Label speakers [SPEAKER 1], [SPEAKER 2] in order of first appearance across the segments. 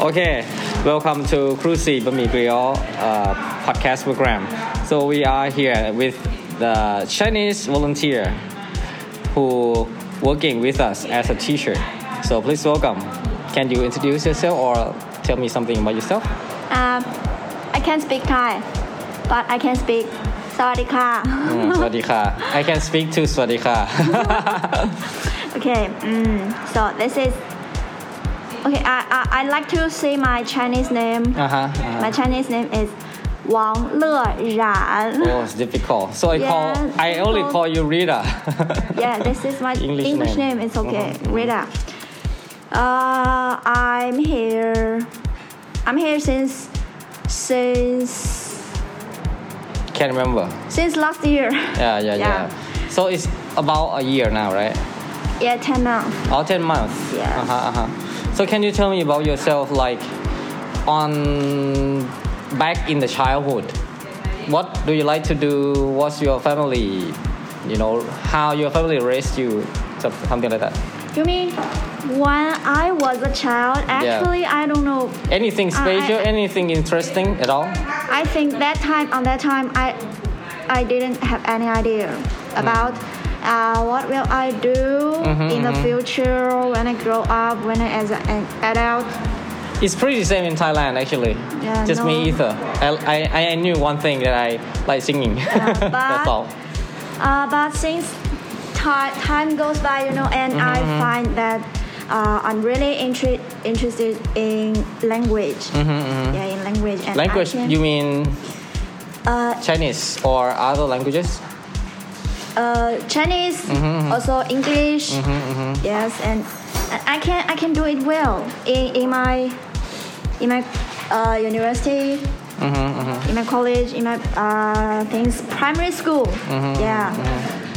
[SPEAKER 1] Okay, welcome to Cruci Bami Griot uh, podcast program. So we are here with the Chinese volunteer who working with us as a teacher. So please welcome. Can you introduce yourself or tell me something about yourself?
[SPEAKER 2] Um, I can't speak Thai, but I can speak Sawadika.
[SPEAKER 1] อืมสวัสดีค่ะ Uh, I can speak Uh-huh, to สวัสดีค่ะ
[SPEAKER 2] Okay, mm, so this is. Okay, I, I I like to say my Chinese name.
[SPEAKER 1] อ่าฮะ
[SPEAKER 2] My Chinese name is Wang Le Ran.
[SPEAKER 1] Oh, it's difficult. So I call
[SPEAKER 2] Yeah,
[SPEAKER 1] I only
[SPEAKER 2] difficult.
[SPEAKER 1] call you Rita.
[SPEAKER 2] Yeah, this is my
[SPEAKER 1] English
[SPEAKER 2] English,
[SPEAKER 1] name. Mm-hmm.
[SPEAKER 2] name. It's okay, Rita. Uh, I'm here. I'm here since since
[SPEAKER 1] Can't remember.
[SPEAKER 2] since last year.
[SPEAKER 1] Yeah, yeah, yeah,
[SPEAKER 2] Yeah.
[SPEAKER 1] So it's about a year now, right?
[SPEAKER 2] Yeah, ten months.
[SPEAKER 1] All 10 months.
[SPEAKER 2] Yes.
[SPEAKER 1] Oh, Uh-huh, uh-huh. So can you tell me about yourself like on back in the childhood? What do you like to do? What's your family? You know, how your family raised you? So- Something like that.
[SPEAKER 2] You mean when I was a child? Actually, I don't know.
[SPEAKER 1] Anything
[SPEAKER 2] Uh, I-
[SPEAKER 1] special? anything interesting at all?
[SPEAKER 2] I think that time on that time, I I didn't have any idea about uh, what will I do
[SPEAKER 1] Mm-hmm,
[SPEAKER 2] in the future when I grow up, when I as an adult.
[SPEAKER 1] It's pretty the same in Thailand actually.
[SPEAKER 2] Yeah,
[SPEAKER 1] Just me
[SPEAKER 2] no.
[SPEAKER 1] either. I, I, I knew one thing that I like singing. That's
[SPEAKER 2] but-
[SPEAKER 1] all.
[SPEAKER 2] Uh, but since ti- time goes by, you know, and
[SPEAKER 1] Mm-hmm,
[SPEAKER 2] I find that uh, I'm really intre- interested in language. Yeah, in language. And
[SPEAKER 1] Mm-hmm,
[SPEAKER 2] I
[SPEAKER 1] Language,
[SPEAKER 2] can-
[SPEAKER 1] you mean
[SPEAKER 2] Uh,
[SPEAKER 1] Chinese or other languages?
[SPEAKER 2] uh, Chinese, also English. Yes, and and I can I can do it well in, in my in my uh, university, in my college, in my uh, things primary school. Yeah,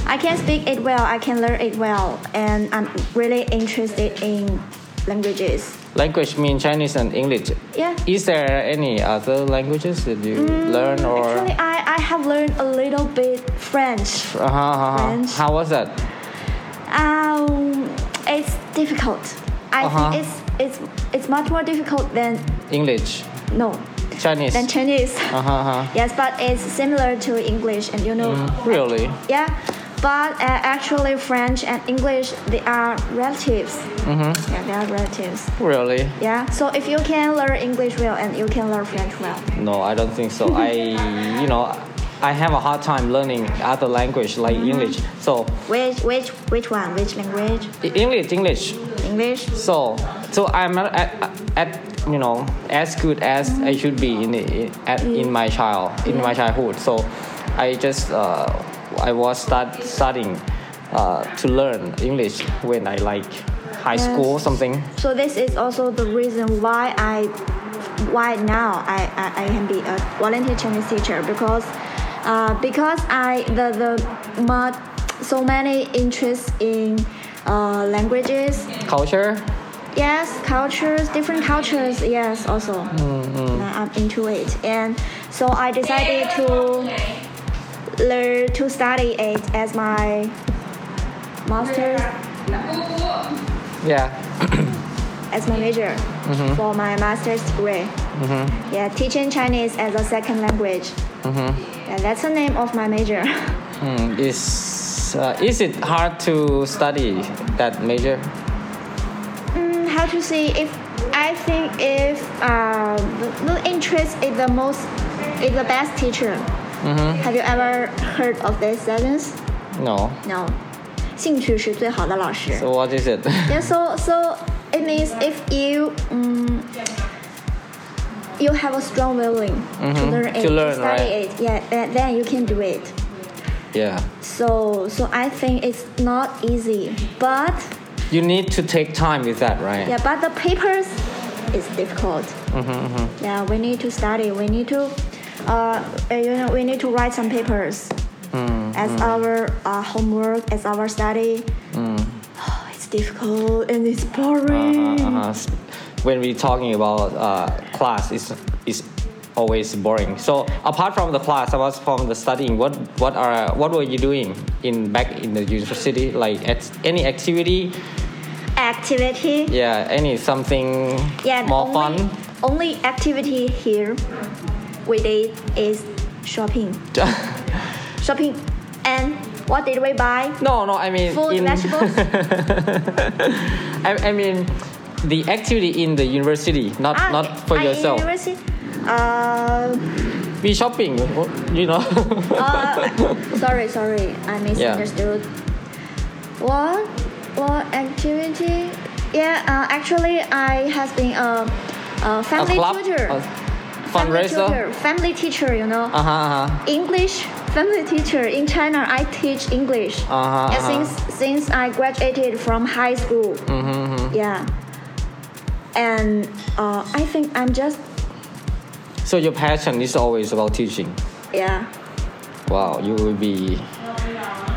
[SPEAKER 2] I can speak it well. I can learn it well, and I'm really interested in languages.
[SPEAKER 1] Language mean Chinese and English.
[SPEAKER 2] Yeah. Mm,
[SPEAKER 1] Is there any other languages that you learn or?
[SPEAKER 2] Actually, I, I have learned a little bit French.
[SPEAKER 1] Uh-huh, uh-huh.
[SPEAKER 2] French.
[SPEAKER 1] How was that?
[SPEAKER 2] Um, it's difficult. I
[SPEAKER 1] Uh-huh.
[SPEAKER 2] think it's it's it's much more difficult than
[SPEAKER 1] English,
[SPEAKER 2] no
[SPEAKER 1] Chinese.
[SPEAKER 2] than Chinese.
[SPEAKER 1] uh-huh, uh-huh.
[SPEAKER 2] Yes, but it's similar to English, and you know,
[SPEAKER 1] Mm-hmm. Really?
[SPEAKER 2] yeah. But uh, actually, French and English they are relatives. Mm-hmm. Yeah, they are relatives.
[SPEAKER 1] Really?
[SPEAKER 2] Yeah. So if you can learn English well and you can learn French well,
[SPEAKER 1] No, I don't think so. I, you know, I have a hard time learning other language like English. So
[SPEAKER 2] which which which one? Which language?
[SPEAKER 1] E- English, English.
[SPEAKER 2] English.
[SPEAKER 1] So, so I'm not at, at you know as good as I should be in in, at, in my child in my childhood. So, I just uh, I was start studying uh, to learn English when I like high
[SPEAKER 2] Yes.
[SPEAKER 1] school or something.
[SPEAKER 2] So this is also the reason why I, why now I, I, I can be a volunteer Chinese teacher because, uh, because I the the my, so many interests in uh, languages,
[SPEAKER 1] Culture.
[SPEAKER 2] yes, cultures, different cultures, yes, also Uh, I'm into it, and so I decided to learn to study it as my master's
[SPEAKER 1] Yeah.
[SPEAKER 2] as my major for my master's degree. Yeah, teaching Chinese as a second language. Yeah, that's the name of my major.
[SPEAKER 1] Mm, is uh, is it hard to study that major?
[SPEAKER 2] Mm, how to say if I think if uh, the, the interest is the most is the best teacher. Have you ever heard of this sentence?
[SPEAKER 1] No.
[SPEAKER 2] No. 兴趣是最好的老师。
[SPEAKER 1] So what is it?
[SPEAKER 2] Yeah, so so it means if you um, you have a strong willing to
[SPEAKER 1] Mhm,
[SPEAKER 2] learn
[SPEAKER 1] to
[SPEAKER 2] it,
[SPEAKER 1] learn,
[SPEAKER 2] study
[SPEAKER 1] right.
[SPEAKER 2] it, yeah, then, then you can do it.
[SPEAKER 1] yeah.
[SPEAKER 2] So so I think it's not easy, but
[SPEAKER 1] You need to take time with that, right?
[SPEAKER 2] yeah, but the papers is difficult.
[SPEAKER 1] Mm-hmm,
[SPEAKER 2] Yeah, we need to study. We need to. Uh, uh, you know, we need to write some papers
[SPEAKER 1] Mm,
[SPEAKER 2] as our uh, homework, as our study.
[SPEAKER 1] Mm.
[SPEAKER 2] it's difficult and it's boring.
[SPEAKER 1] Uh-huh, uh-huh. When we're talking about uh, class, it's, it's always boring. So apart from the class, apart from the studying, what what are what were you doing in back in the university? Like at any activity?
[SPEAKER 2] activity.
[SPEAKER 1] Yeah, any something
[SPEAKER 2] Yeah, and
[SPEAKER 1] more
[SPEAKER 2] only,
[SPEAKER 1] fun?
[SPEAKER 2] Only activity here we did is shopping. Shopping, and what did we buy?
[SPEAKER 1] no, no, I mean
[SPEAKER 2] Food,
[SPEAKER 1] in,
[SPEAKER 2] vegetables.
[SPEAKER 1] I, I mean the activity in the university, not
[SPEAKER 2] Ah,
[SPEAKER 1] not for
[SPEAKER 2] I
[SPEAKER 1] yourself.
[SPEAKER 2] University. Uh,
[SPEAKER 1] We shopping, you know.
[SPEAKER 2] uh, sorry, sorry, I misunderstood. What? What activity? Yeah, uh, actually, I has been a, a
[SPEAKER 1] a
[SPEAKER 2] family
[SPEAKER 1] club,
[SPEAKER 2] tutor.
[SPEAKER 1] a
[SPEAKER 2] Family
[SPEAKER 1] fundraiser.
[SPEAKER 2] tutor, family teacher, you know.
[SPEAKER 1] Uh huh. Uh-huh.
[SPEAKER 2] English family teacher in China. I teach English.
[SPEAKER 1] Uh-huh,
[SPEAKER 2] Yeah,
[SPEAKER 1] uh-huh.
[SPEAKER 2] Since since I graduated from high school.
[SPEAKER 1] Mm-hmm,
[SPEAKER 2] Yeah. And uh, I think I'm just
[SPEAKER 1] So your passion is always about teaching.
[SPEAKER 2] yeah.
[SPEAKER 1] Wow, you will be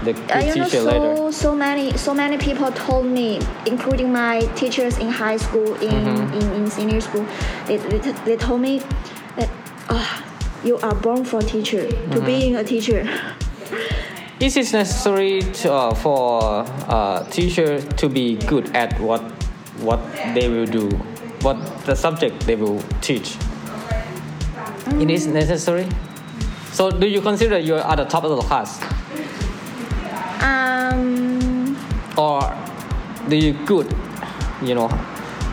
[SPEAKER 1] the good
[SPEAKER 2] Uh, you know,
[SPEAKER 1] teacher later.
[SPEAKER 2] so so many so many people told me, including my teachers in high school, in
[SPEAKER 1] Mm-hmm.
[SPEAKER 2] in, in senior school, they, they, they told me that ah, you are born for teacher
[SPEAKER 1] Mm-hmm.
[SPEAKER 2] to being a teacher.
[SPEAKER 1] Is it necessary to, uh, for uh, teacher to be good at what what they will do, what the subject they will teach?
[SPEAKER 2] Mm-hmm.
[SPEAKER 1] It is necessary. So, do you consider you are at the top of the class,
[SPEAKER 2] Um,
[SPEAKER 1] or do you good? You know,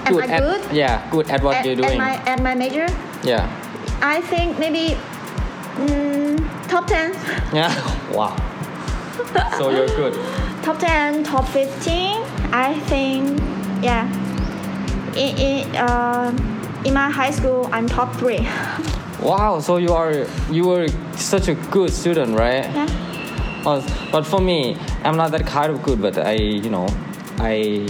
[SPEAKER 2] Am I
[SPEAKER 1] at
[SPEAKER 2] good?
[SPEAKER 1] yeah, good at what
[SPEAKER 2] at,
[SPEAKER 1] you're
[SPEAKER 2] at
[SPEAKER 1] doing.
[SPEAKER 2] my at my major,
[SPEAKER 1] yeah,
[SPEAKER 2] I think maybe mm, top 10,
[SPEAKER 1] yeah. wow. so you're good.
[SPEAKER 2] top 10, top 15. I think, yeah. In, in, uh, in my high school, I'm top three.
[SPEAKER 1] Wow. So you are you were such a good student, right?
[SPEAKER 2] Yeah.
[SPEAKER 1] Oh, but for me, I'm not that kind of good. But I, you know, I,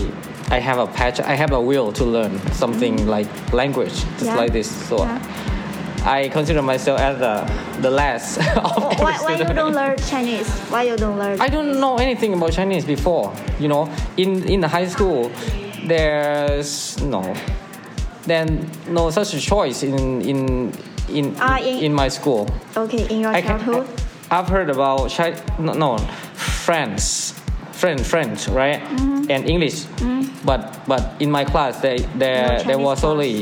[SPEAKER 1] I have a patch. I have a will to learn something like language, just
[SPEAKER 2] Mm. Yeah.
[SPEAKER 1] like this. So
[SPEAKER 2] Yeah.
[SPEAKER 1] I consider myself as the the last of every
[SPEAKER 2] Why, why you
[SPEAKER 1] student.
[SPEAKER 2] don't learn Chinese? Why you don't learn?
[SPEAKER 1] I don't know anything about Chinese before. You know, in in the high school, there's no, then no such a choice in in in
[SPEAKER 2] Ah, in-
[SPEAKER 1] in my school.
[SPEAKER 2] okay, in your
[SPEAKER 1] I can,
[SPEAKER 2] childhood.
[SPEAKER 1] I've heard about Chi- no, no France, French, French, right,
[SPEAKER 2] Mm-hmm.
[SPEAKER 1] and English. But but in my class, there there,
[SPEAKER 2] No
[SPEAKER 1] there was
[SPEAKER 2] Chinese class.
[SPEAKER 1] only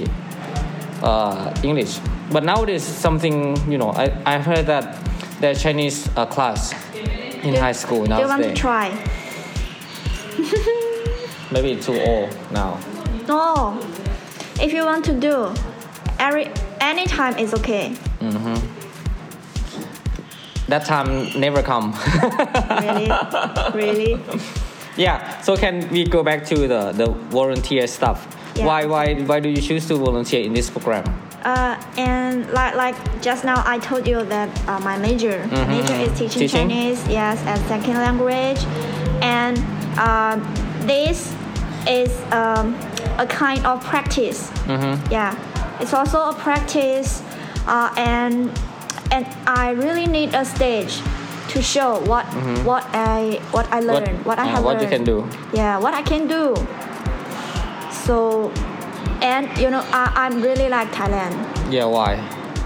[SPEAKER 1] uh, English. But nowadays, something you know, I I heard that there's Chinese uh, class in high school
[SPEAKER 2] Do you want to
[SPEAKER 1] nowadays.
[SPEAKER 2] try?
[SPEAKER 1] Maybe it's too old now.
[SPEAKER 2] No. If you want to do, every anytime is okay.
[SPEAKER 1] That time never come.
[SPEAKER 2] Really, really.
[SPEAKER 1] Yeah. So can we go back to the, the volunteer stuff?
[SPEAKER 2] Yeah.
[SPEAKER 1] Why why why do you choose to volunteer in this program?
[SPEAKER 2] Uh, and like like just now, I told you that uh, my major my major is teaching,
[SPEAKER 1] Teaching?
[SPEAKER 2] Chinese, yes, as second language, and um this is um, a kind of practice. Yeah, it's also a practice, uh, and and I really need a stage to show what what I what I learned, what, I
[SPEAKER 1] uh,
[SPEAKER 2] have
[SPEAKER 1] what
[SPEAKER 2] learned.
[SPEAKER 1] you can do.
[SPEAKER 2] yeah what i can do so and you know I, i'm really like thailand
[SPEAKER 1] Yeah. Why?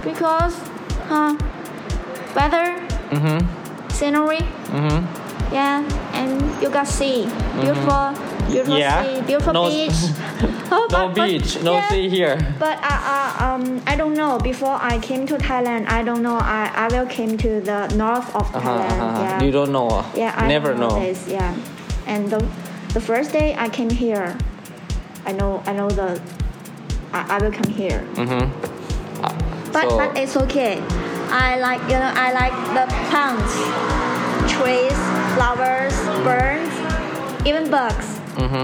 [SPEAKER 2] because huh weather
[SPEAKER 1] Mm-hmm.
[SPEAKER 2] scenery yeah and you got sea beautiful beautiful
[SPEAKER 1] Mm-hmm. Yeah.
[SPEAKER 2] sea beautiful
[SPEAKER 1] No s-
[SPEAKER 2] beach oh,
[SPEAKER 1] No
[SPEAKER 2] but- but-
[SPEAKER 1] beach, no
[SPEAKER 2] yeah.
[SPEAKER 1] sea here.
[SPEAKER 2] but I, I, um, I don't know. Before I came to Thailand, I don't know. I, I will came to the north of
[SPEAKER 1] Uh-huh,
[SPEAKER 2] Thailand.
[SPEAKER 1] uh-huh.
[SPEAKER 2] Yeah.
[SPEAKER 1] You don't know. uh,
[SPEAKER 2] Yeah, I
[SPEAKER 1] never
[SPEAKER 2] know, this. Yeah, and the, the first day I came here, I know I know the I, I will come here. But
[SPEAKER 1] Mm-hmm. so,
[SPEAKER 2] but it's okay. I like you know I like the plants, trees, flowers, birds, even bugs,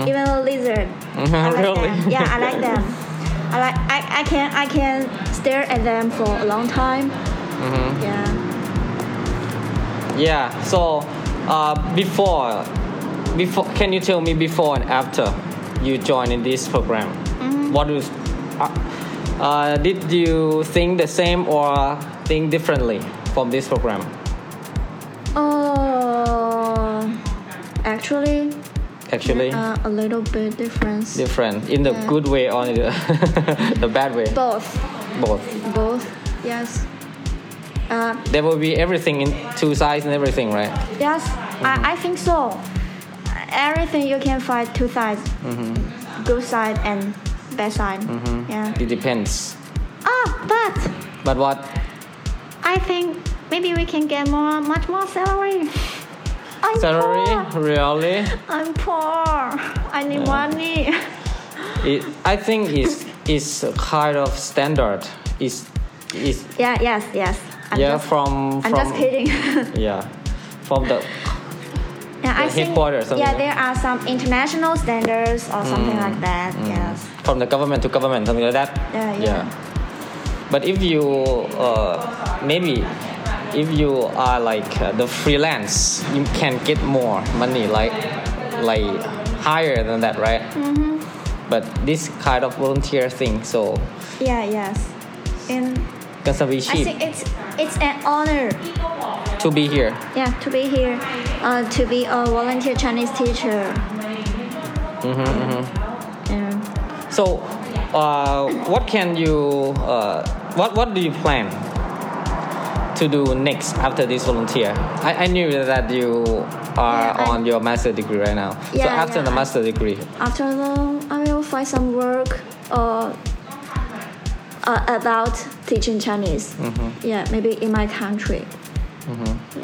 [SPEAKER 2] even a lizard. I like
[SPEAKER 1] Mm-hmm. Really?
[SPEAKER 2] them. Yeah, I like them. I like I, I can I can stare at them for a long time.
[SPEAKER 1] Mm-hmm.
[SPEAKER 2] Yeah.
[SPEAKER 1] yeah. So uh, before, before, can you tell me before and after you joined in this program?
[SPEAKER 2] Mm-hmm.
[SPEAKER 1] What was, uh, uh, did you think the same or think differently from this program?
[SPEAKER 2] Oh, actually,
[SPEAKER 1] Actually,
[SPEAKER 2] uh, a little bit difference.
[SPEAKER 1] different in the
[SPEAKER 2] yeah.
[SPEAKER 1] good way or in the, the bad way.
[SPEAKER 2] both,
[SPEAKER 1] Both.
[SPEAKER 2] both, yes. Uh,
[SPEAKER 1] There will be everything in two sides and everything, right?
[SPEAKER 2] yes, I, I think so. everything you can find two sides,
[SPEAKER 1] Mm-hmm.
[SPEAKER 2] good side and bad side. Yeah.
[SPEAKER 1] It depends.
[SPEAKER 2] Oh, but
[SPEAKER 1] But what?
[SPEAKER 2] I think maybe we can get more, much more salary. I'm
[SPEAKER 1] Salary?
[SPEAKER 2] Poor.
[SPEAKER 1] Really?
[SPEAKER 2] I'm poor. I need money.
[SPEAKER 1] It, I think it's, it's a kind of standard. It's, it's
[SPEAKER 2] Yeah. Yes. Yes. I'm
[SPEAKER 1] yeah,
[SPEAKER 2] Just,
[SPEAKER 1] from,
[SPEAKER 2] I'm
[SPEAKER 1] from
[SPEAKER 2] just kidding. yeah,
[SPEAKER 1] Yeah, from the
[SPEAKER 2] I think.
[SPEAKER 1] headquarters, something
[SPEAKER 2] Yeah,
[SPEAKER 1] like- Mm,
[SPEAKER 2] there are some international standards or something like that. Yes.
[SPEAKER 1] from the government to government, something like that.
[SPEAKER 2] Yeah, yeah.
[SPEAKER 1] But if you uh, maybe if you are like uh, the freelance, you can get more money, like like higher than that, right? Mm-hmm. But this kind of volunteer thing, so
[SPEAKER 2] Yeah. Yes. And
[SPEAKER 1] it's gonna be
[SPEAKER 2] I
[SPEAKER 1] cheap
[SPEAKER 2] think it's it's an honor.
[SPEAKER 1] to be here.
[SPEAKER 2] Yeah, to be here, uh, to be a volunteer Chinese teacher.
[SPEAKER 1] Mm-hmm,
[SPEAKER 2] Yeah.
[SPEAKER 1] So, uh, what can you, uh, what what do you plan to do next after this volunteer? I, I knew that you are
[SPEAKER 2] Yeah, I-
[SPEAKER 1] on your master degree right now. so
[SPEAKER 2] Yeah,
[SPEAKER 1] after
[SPEAKER 2] yeah,
[SPEAKER 1] the
[SPEAKER 2] I-
[SPEAKER 1] master degree,
[SPEAKER 2] After long, I will find some work uh, uh, about teaching Chinese.
[SPEAKER 1] Mm-hmm.
[SPEAKER 2] Yeah, maybe in my country. Yeah.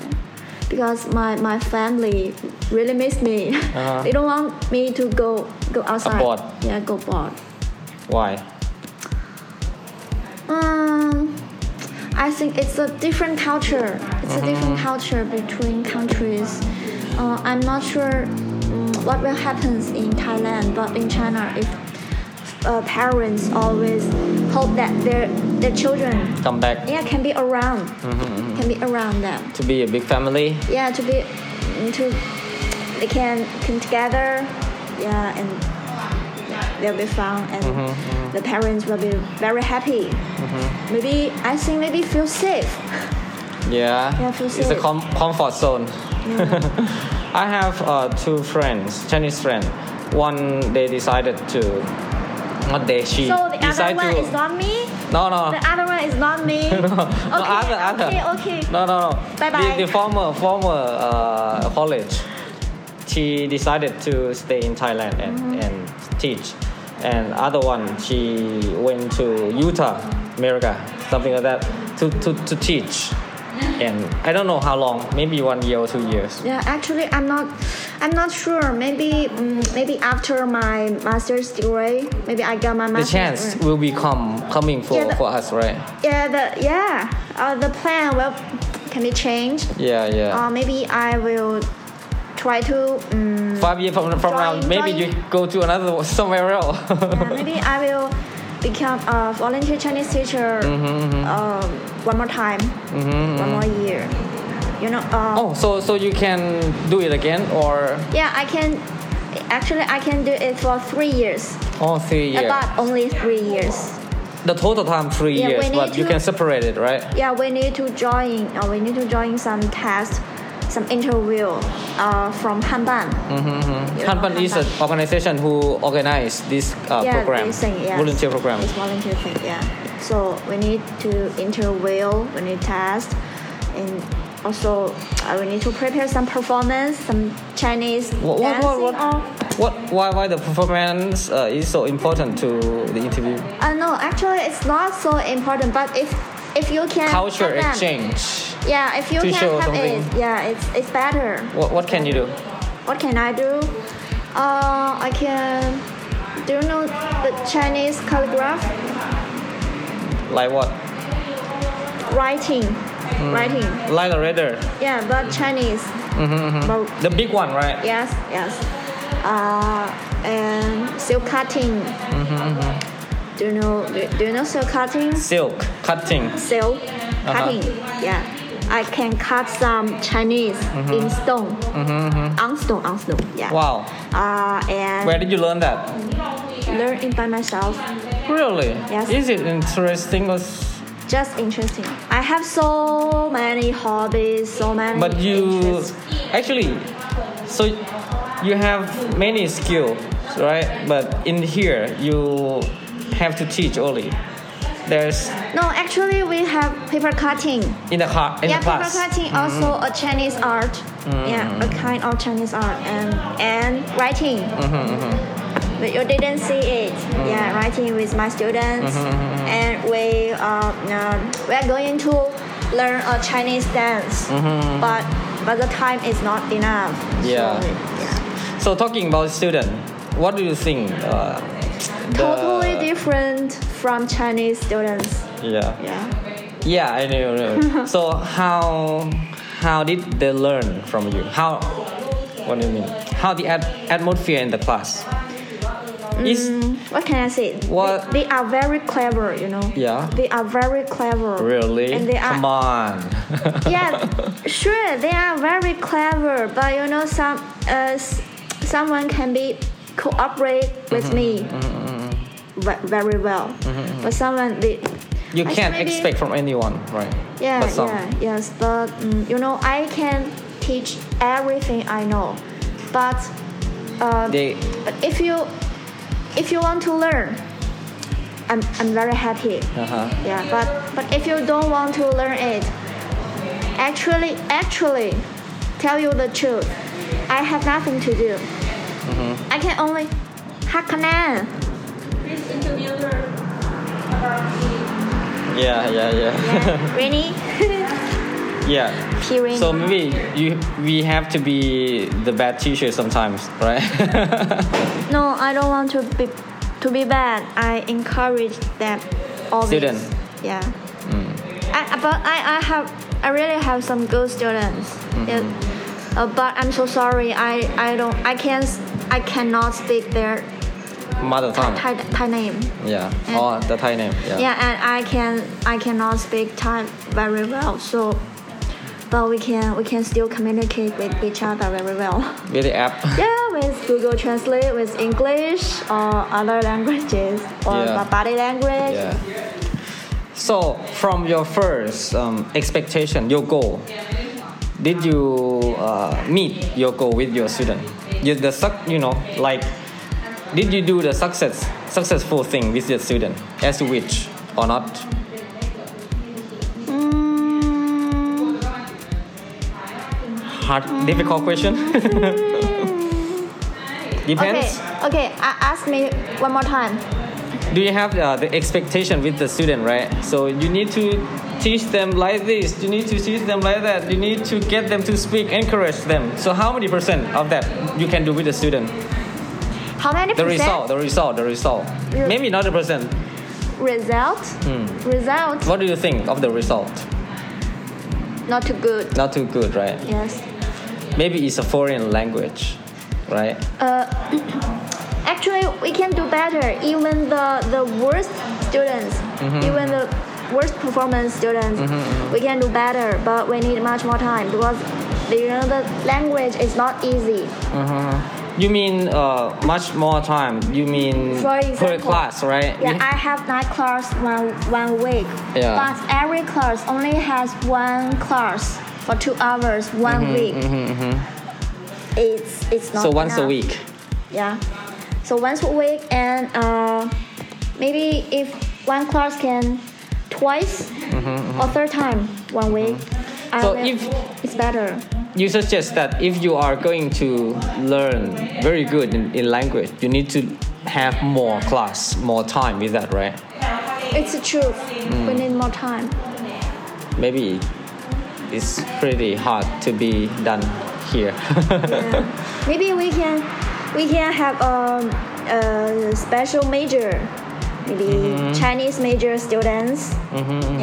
[SPEAKER 2] Because my, my family really miss me.
[SPEAKER 1] Uh-huh.
[SPEAKER 2] they don't want me to go go outside.
[SPEAKER 1] Abroad.
[SPEAKER 2] Yeah, go abroad.
[SPEAKER 1] why?
[SPEAKER 2] Um, I think it's a different culture. It's a different culture between countries. Uh, I'm not sure mm what will happen in Thailand, but in China, if uh, parents always hope that their their children
[SPEAKER 1] Come back
[SPEAKER 2] yeah can be around, can be around them.
[SPEAKER 1] to be a big family.
[SPEAKER 2] Yeah, to be to they can come together. Yeah, and they'll be fun, and
[SPEAKER 1] Mm-hmm,
[SPEAKER 2] the parents will be very happy.
[SPEAKER 1] Mm-hmm.
[SPEAKER 2] Maybe I think maybe feel safe.
[SPEAKER 1] Yeah,
[SPEAKER 2] Yeah, for
[SPEAKER 1] it's a
[SPEAKER 2] sure.
[SPEAKER 1] com- comfort zone. I have uh, two friends, Chinese friends. One they decided to, not they, she
[SPEAKER 2] So the other
[SPEAKER 1] decided
[SPEAKER 2] one
[SPEAKER 1] to.
[SPEAKER 2] is not me.
[SPEAKER 1] no, no,
[SPEAKER 2] The other one is not me. no, okay,
[SPEAKER 1] no, other, other.
[SPEAKER 2] okay, okay.
[SPEAKER 1] No, no, no.
[SPEAKER 2] Bye-bye.
[SPEAKER 1] The, the former, former uh, college, she decided to stay in Thailand and,
[SPEAKER 2] Mm-hmm.
[SPEAKER 1] and teach. And other one, she went to Utah, America, something like that, to, to, to teach. And I don't know how long, maybe one year or two years.
[SPEAKER 2] Yeah, actually, I'm not. I'm not sure. Maybe, mm maybe after my master's degree, maybe I got my
[SPEAKER 1] The
[SPEAKER 2] master's.
[SPEAKER 1] chance
[SPEAKER 2] degree.
[SPEAKER 1] will be come, coming for,
[SPEAKER 2] Yeah, the-
[SPEAKER 1] for us, right?
[SPEAKER 2] Yeah, the yeah, uh, the plan will can be changed.
[SPEAKER 1] Yeah, yeah.
[SPEAKER 2] Uh, maybe I will try to. Um,
[SPEAKER 1] Five years from, from now,
[SPEAKER 2] join-
[SPEAKER 1] maybe
[SPEAKER 2] join-
[SPEAKER 1] you go to another somewhere else.
[SPEAKER 2] yeah, maybe I will become a volunteer Chinese teacher um, one more time, one more year. You know. Uh,
[SPEAKER 1] oh, so so you can do it again or
[SPEAKER 2] Yeah, I can. Actually, I can do it for three years,
[SPEAKER 1] Oh, three years.
[SPEAKER 2] but only three years.
[SPEAKER 1] the total time three
[SPEAKER 2] Yeah, we
[SPEAKER 1] years,
[SPEAKER 2] need
[SPEAKER 1] but you
[SPEAKER 2] to-
[SPEAKER 1] can separate it, right?
[SPEAKER 2] Yeah, we need to join. Uh, we need to join some test, some interview uh, from Hanban. You know,
[SPEAKER 1] Hanban is an organization who organized this uh,
[SPEAKER 2] yeah,
[SPEAKER 1] program,
[SPEAKER 2] this thing, yes.
[SPEAKER 1] volunteer program.
[SPEAKER 2] It's volunteer thing, yeah. So we need to interview, we need test, and also uh, we need to prepare some performance, some Chinese
[SPEAKER 1] What what what what,
[SPEAKER 2] dancing or
[SPEAKER 1] what why why the performance uh, is so important to the interview?
[SPEAKER 2] Uh, no, actually, it's not so important. But if if you can
[SPEAKER 1] Culture
[SPEAKER 2] have them-
[SPEAKER 1] exchange.
[SPEAKER 2] yeah, if you
[SPEAKER 1] to
[SPEAKER 2] can
[SPEAKER 1] show
[SPEAKER 2] have
[SPEAKER 1] something.
[SPEAKER 2] it, yeah, it's it's better.
[SPEAKER 1] What what can you do?
[SPEAKER 2] What can I do? Uh, I can. Do you know the Chinese calligraph
[SPEAKER 1] Like what?
[SPEAKER 2] writing?
[SPEAKER 1] Hmm.
[SPEAKER 2] Writing.
[SPEAKER 1] Like a radar.
[SPEAKER 2] Yeah, but Chinese.
[SPEAKER 1] Mm-hmm,
[SPEAKER 2] But
[SPEAKER 1] The big one, right?
[SPEAKER 2] yes, yes. Uh, and silk cutting.
[SPEAKER 1] Mm-hmm,
[SPEAKER 2] Do you know? Do, do you know silk cutting?
[SPEAKER 1] Silk cutting.
[SPEAKER 2] silk
[SPEAKER 1] Uh-huh.
[SPEAKER 2] cutting. Yeah, I can cut some Chinese in stone, on stone, on stone. Yeah.
[SPEAKER 1] Mm-hmm. Wow.
[SPEAKER 2] Uh, and
[SPEAKER 1] Where did you learn
[SPEAKER 2] Mm.
[SPEAKER 1] that?
[SPEAKER 2] learn it by myself.
[SPEAKER 1] Really?
[SPEAKER 2] Yes.
[SPEAKER 1] Is it interesting? Or s-
[SPEAKER 2] Just interesting. I have so many hobbies, so many.
[SPEAKER 1] But you
[SPEAKER 2] interests.
[SPEAKER 1] actually, so you have many skills, right? But in here, you have to teach only. There's
[SPEAKER 2] No, actually, we have paper cutting.
[SPEAKER 1] in the car in
[SPEAKER 2] yeah,
[SPEAKER 1] the class. Mm.
[SPEAKER 2] paper cutting also a Chinese art. Yeah, a kind of Chinese art and and writing.
[SPEAKER 1] Mm-hmm,
[SPEAKER 2] But you didn't see it.
[SPEAKER 1] Mm.
[SPEAKER 2] Yeah, writing with my students,
[SPEAKER 1] Mm-hmm,
[SPEAKER 2] and we uh, um, we are going to learn a Chinese dance. But but the time is not enough.
[SPEAKER 1] Mm-hmm. Yeah.
[SPEAKER 2] So, yeah.
[SPEAKER 1] So talking about student, what do you think? Uh, the-
[SPEAKER 2] Totally different from Chinese students.
[SPEAKER 1] Yeah.
[SPEAKER 2] Yeah.
[SPEAKER 1] Yeah, I know. I know. so how how did they learn from you? How what do you mean? How the at- atmosphere in the class? Is
[SPEAKER 2] What can I say?
[SPEAKER 1] What-
[SPEAKER 2] They, they are very clever, you know.
[SPEAKER 1] Yeah.
[SPEAKER 2] They are very clever.
[SPEAKER 1] really
[SPEAKER 2] And they are
[SPEAKER 1] come on.
[SPEAKER 2] yeah, sure, they are very clever, but you know, some uh, s- someone can be cooperate with me
[SPEAKER 1] Mm-hmm,
[SPEAKER 2] ve- very well, but someone they
[SPEAKER 1] you
[SPEAKER 2] I
[SPEAKER 1] can't
[SPEAKER 2] should maybe-
[SPEAKER 1] expect from anyone, right?
[SPEAKER 2] yeah
[SPEAKER 1] But some-
[SPEAKER 2] yeah yes, but mm, you know, I can teach everything I know, but uh,
[SPEAKER 1] They
[SPEAKER 2] but if you if you want to learn, I'm I'm very happy.
[SPEAKER 1] uh-huh.
[SPEAKER 2] Yeah, but but if you don't want to learn it, actually actually, tell you the truth, I have nothing to do.
[SPEAKER 1] Mm-hmm.
[SPEAKER 2] I can only hakanan.
[SPEAKER 3] Please interview her about the
[SPEAKER 1] Yeah, yeah, yeah.
[SPEAKER 2] Rainy.
[SPEAKER 1] yeah.
[SPEAKER 2] Hearing.
[SPEAKER 1] So maybe you we have to be the bad teacher sometimes, right?
[SPEAKER 2] no, I don't want to be to be bad. I encourage them always.
[SPEAKER 1] Student. Mm.
[SPEAKER 2] Yeah. I, but I, I have I really have some good students. Yeah.
[SPEAKER 1] Mm-hmm.
[SPEAKER 2] Uh, but I'm so sorry. I, I don't I can't s- I cannot speak their
[SPEAKER 1] Mother tongue.
[SPEAKER 2] Thai, Thai name.
[SPEAKER 1] Yeah.
[SPEAKER 2] And-
[SPEAKER 1] Or the Thai name. Yeah.
[SPEAKER 2] Yeah, and I can I cannot speak Thai very well, so but we can we can still communicate with each other very well.
[SPEAKER 1] With the app.
[SPEAKER 2] Yeah, with Google Translate, with English or other languages or
[SPEAKER 1] Yeah.
[SPEAKER 2] my body language.
[SPEAKER 1] Yeah. So, from your first um, expectation, your goal, did you uh, meet your goal with your student? You, the suc- you know, like, did you do the success successful thing with your student as you wish or not? Hard, difficult question.
[SPEAKER 2] Okay,
[SPEAKER 1] Depends.
[SPEAKER 2] okay. a- ask me one more time.
[SPEAKER 1] Do you have uh, the expectation with the student, right? So you need to teach them like this. You need to teach them like that. You need to get them to speak, encourage them. So how many percent of that you can do with the student?
[SPEAKER 2] How many
[SPEAKER 1] The result,
[SPEAKER 2] percent?
[SPEAKER 1] the result, the result.
[SPEAKER 2] Yeah.
[SPEAKER 1] Maybe not the percent.
[SPEAKER 2] Result?
[SPEAKER 1] Hmm.
[SPEAKER 2] Result?
[SPEAKER 1] What do you think of the result?
[SPEAKER 2] Not too good.
[SPEAKER 1] Not too good, right?
[SPEAKER 2] Yes.
[SPEAKER 1] Maybe it's a foreign language, right?
[SPEAKER 2] Actually, we can do better. Even the the worst students,
[SPEAKER 1] Mm-hmm.
[SPEAKER 2] even the worst performance students, we can do better. But we need much more time because the, you know the language is not easy.
[SPEAKER 1] You mean uh, much more time. You mean
[SPEAKER 2] For
[SPEAKER 1] per
[SPEAKER 2] example,
[SPEAKER 1] class, right? Mm-hmm.
[SPEAKER 2] Yeah, I have nine class one one week.
[SPEAKER 1] Yeah.
[SPEAKER 2] But every class only has one class for two hours one week. It's it's not
[SPEAKER 1] Mm-hmm, so once a
[SPEAKER 2] enough.
[SPEAKER 1] week.
[SPEAKER 2] Yeah. So once a week, and uh, maybe if one class can twice or third time one week.
[SPEAKER 1] Mm-hmm,
[SPEAKER 2] I
[SPEAKER 1] So
[SPEAKER 2] will-
[SPEAKER 1] if-
[SPEAKER 2] it's better,
[SPEAKER 1] you suggest that if you are going to learn very good in, in language, you need to have more class, more time with that, right?
[SPEAKER 2] it's the truth. We need more time.
[SPEAKER 1] Maybe it's pretty hard to be done here.
[SPEAKER 2] Yeah. maybe we can we can have um, a special major. Maybe
[SPEAKER 1] Mm-hmm.
[SPEAKER 2] Chinese major students,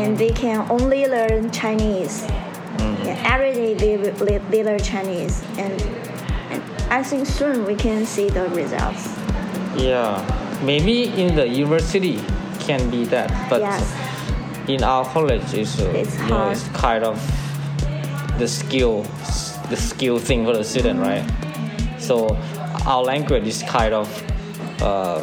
[SPEAKER 2] and they can only learn Chinese.
[SPEAKER 1] Mm-hmm.
[SPEAKER 2] Yeah, every day they, will- they, they learn Chinese, and, and I think soon we can see the results.
[SPEAKER 1] yeah. Maybe in the university can be that, but
[SPEAKER 2] Yes.
[SPEAKER 1] in our college, it's, uh,
[SPEAKER 2] It's
[SPEAKER 1] you know,
[SPEAKER 2] hard.
[SPEAKER 1] it's kind of the skill, the skill thing for the student,
[SPEAKER 2] Mm.
[SPEAKER 1] right? So our language is kind of uh,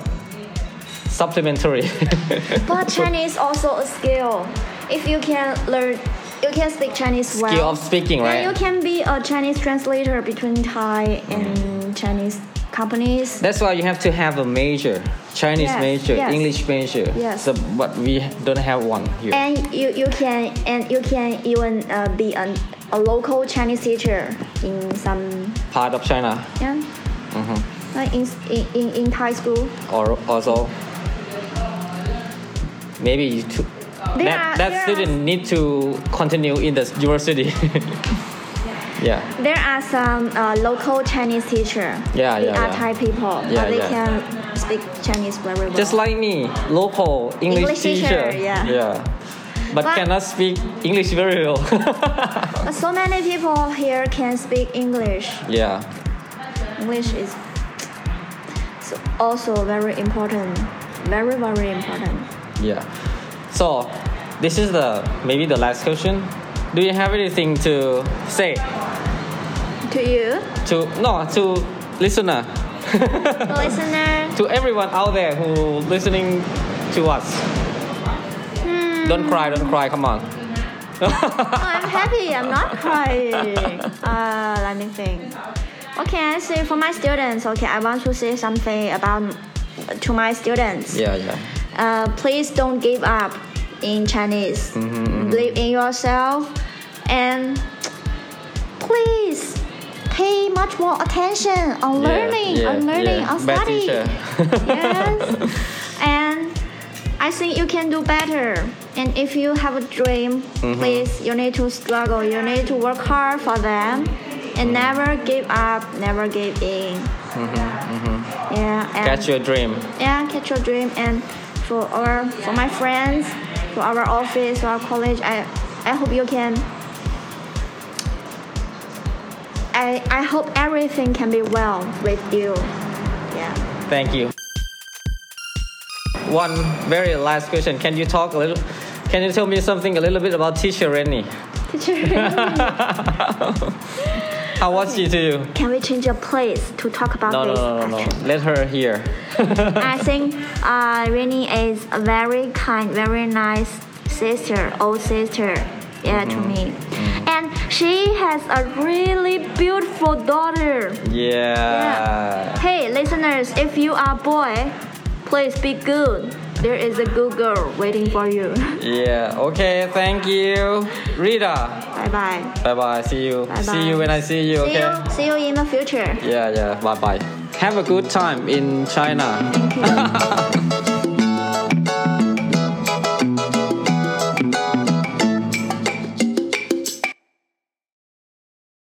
[SPEAKER 1] supplementary.
[SPEAKER 2] But Chinese also a skill. If you can learn, you can speak Chinese well.
[SPEAKER 1] Skill of speaking,
[SPEAKER 2] then
[SPEAKER 1] right? Mm-hmm.
[SPEAKER 2] you can be a Chinese translator between Thai and Chinese companies.
[SPEAKER 1] That's why you have to have a major, Chinese
[SPEAKER 2] Yes,
[SPEAKER 1] major,
[SPEAKER 2] yes.
[SPEAKER 1] English major.
[SPEAKER 2] Yes.
[SPEAKER 1] So, but we don't have one here.
[SPEAKER 2] And you, you can and you can even uh, be an, a local Chinese teacher in some
[SPEAKER 1] Part of China
[SPEAKER 2] yeah.
[SPEAKER 1] Mm-hmm.
[SPEAKER 2] Like in, in, in, in Thai school.
[SPEAKER 1] or also maybe you to,
[SPEAKER 2] There
[SPEAKER 1] that, that
[SPEAKER 2] are- there are-
[SPEAKER 1] student need to continue in the university. yeah.
[SPEAKER 2] There are some uh, local Chinese teacher.
[SPEAKER 1] Yeah,
[SPEAKER 2] they
[SPEAKER 1] yeah,
[SPEAKER 2] are
[SPEAKER 1] yeah.
[SPEAKER 2] Thai people,
[SPEAKER 1] Yeah,
[SPEAKER 2] but they
[SPEAKER 1] yeah.
[SPEAKER 2] can speak Chinese very well.
[SPEAKER 1] Just like me, local English,
[SPEAKER 2] English teacher, yeah.
[SPEAKER 1] But,
[SPEAKER 2] But-
[SPEAKER 1] cannot speak English very well.
[SPEAKER 2] but so many people here can speak English.
[SPEAKER 1] yeah.
[SPEAKER 2] English is so- also very important, very very important.
[SPEAKER 1] Yeah. So, this is the maybe the last question. Do you have anything to say
[SPEAKER 2] To you,
[SPEAKER 1] to no to listener
[SPEAKER 2] listener.
[SPEAKER 1] to everyone out there who listening to us?
[SPEAKER 2] Hmm.
[SPEAKER 1] Don't cry, don't cry. Come on.
[SPEAKER 2] Oh, I'm happy. I'm not crying. Uh, let me think. Okay, I say for my students. Okay, I want to say something about to my students.
[SPEAKER 1] Yeah, yeah.
[SPEAKER 2] Uh, please don't give up in Chinese.
[SPEAKER 1] Mm-hmm,
[SPEAKER 2] Believe in yourself, and please pay much more attention on
[SPEAKER 1] Yeah,
[SPEAKER 2] learning,
[SPEAKER 1] yeah,
[SPEAKER 2] on learning,
[SPEAKER 1] yeah.
[SPEAKER 2] on
[SPEAKER 1] Bad
[SPEAKER 2] study.
[SPEAKER 1] teacher.
[SPEAKER 2] yes, and I think you can do better. And if you have a dream, please, you need to struggle. You need to work hard for them, and never give up, never give in. Yeah, and
[SPEAKER 1] Catch your dream.
[SPEAKER 2] yeah, catch your dream. And for our for my friends, for our office, for our college, I I hope you can. I I hope everything can be well with you. Yeah.
[SPEAKER 1] Thank you. One very last question. Can you talk a little? Can you tell me something a little bit about teacher Rennie?
[SPEAKER 2] Teacher,
[SPEAKER 1] How was she to you?
[SPEAKER 2] can we change your place to talk about
[SPEAKER 1] No, no,
[SPEAKER 2] this?
[SPEAKER 1] no, no,
[SPEAKER 2] actually?
[SPEAKER 1] no. Let her hear.
[SPEAKER 2] I think uh, Rainy is a very kind, very nice sister, old sister, yeah,
[SPEAKER 1] Mm-hmm.
[SPEAKER 2] to me. And she has a really beautiful daughter.
[SPEAKER 1] Yeah.
[SPEAKER 2] Hey, listeners, if you are a boy, please be good. There is a good girl waiting for you.
[SPEAKER 1] Yeah. Okay. Thank you, Rita.
[SPEAKER 2] bye bye.
[SPEAKER 1] Bye bye. See you.
[SPEAKER 2] Bye-bye.
[SPEAKER 1] See you when I see you.
[SPEAKER 2] See
[SPEAKER 1] Okay.
[SPEAKER 2] you. See you in the future.
[SPEAKER 1] Yeah. Yeah. Bye bye. Have a good time in China.
[SPEAKER 2] Okay.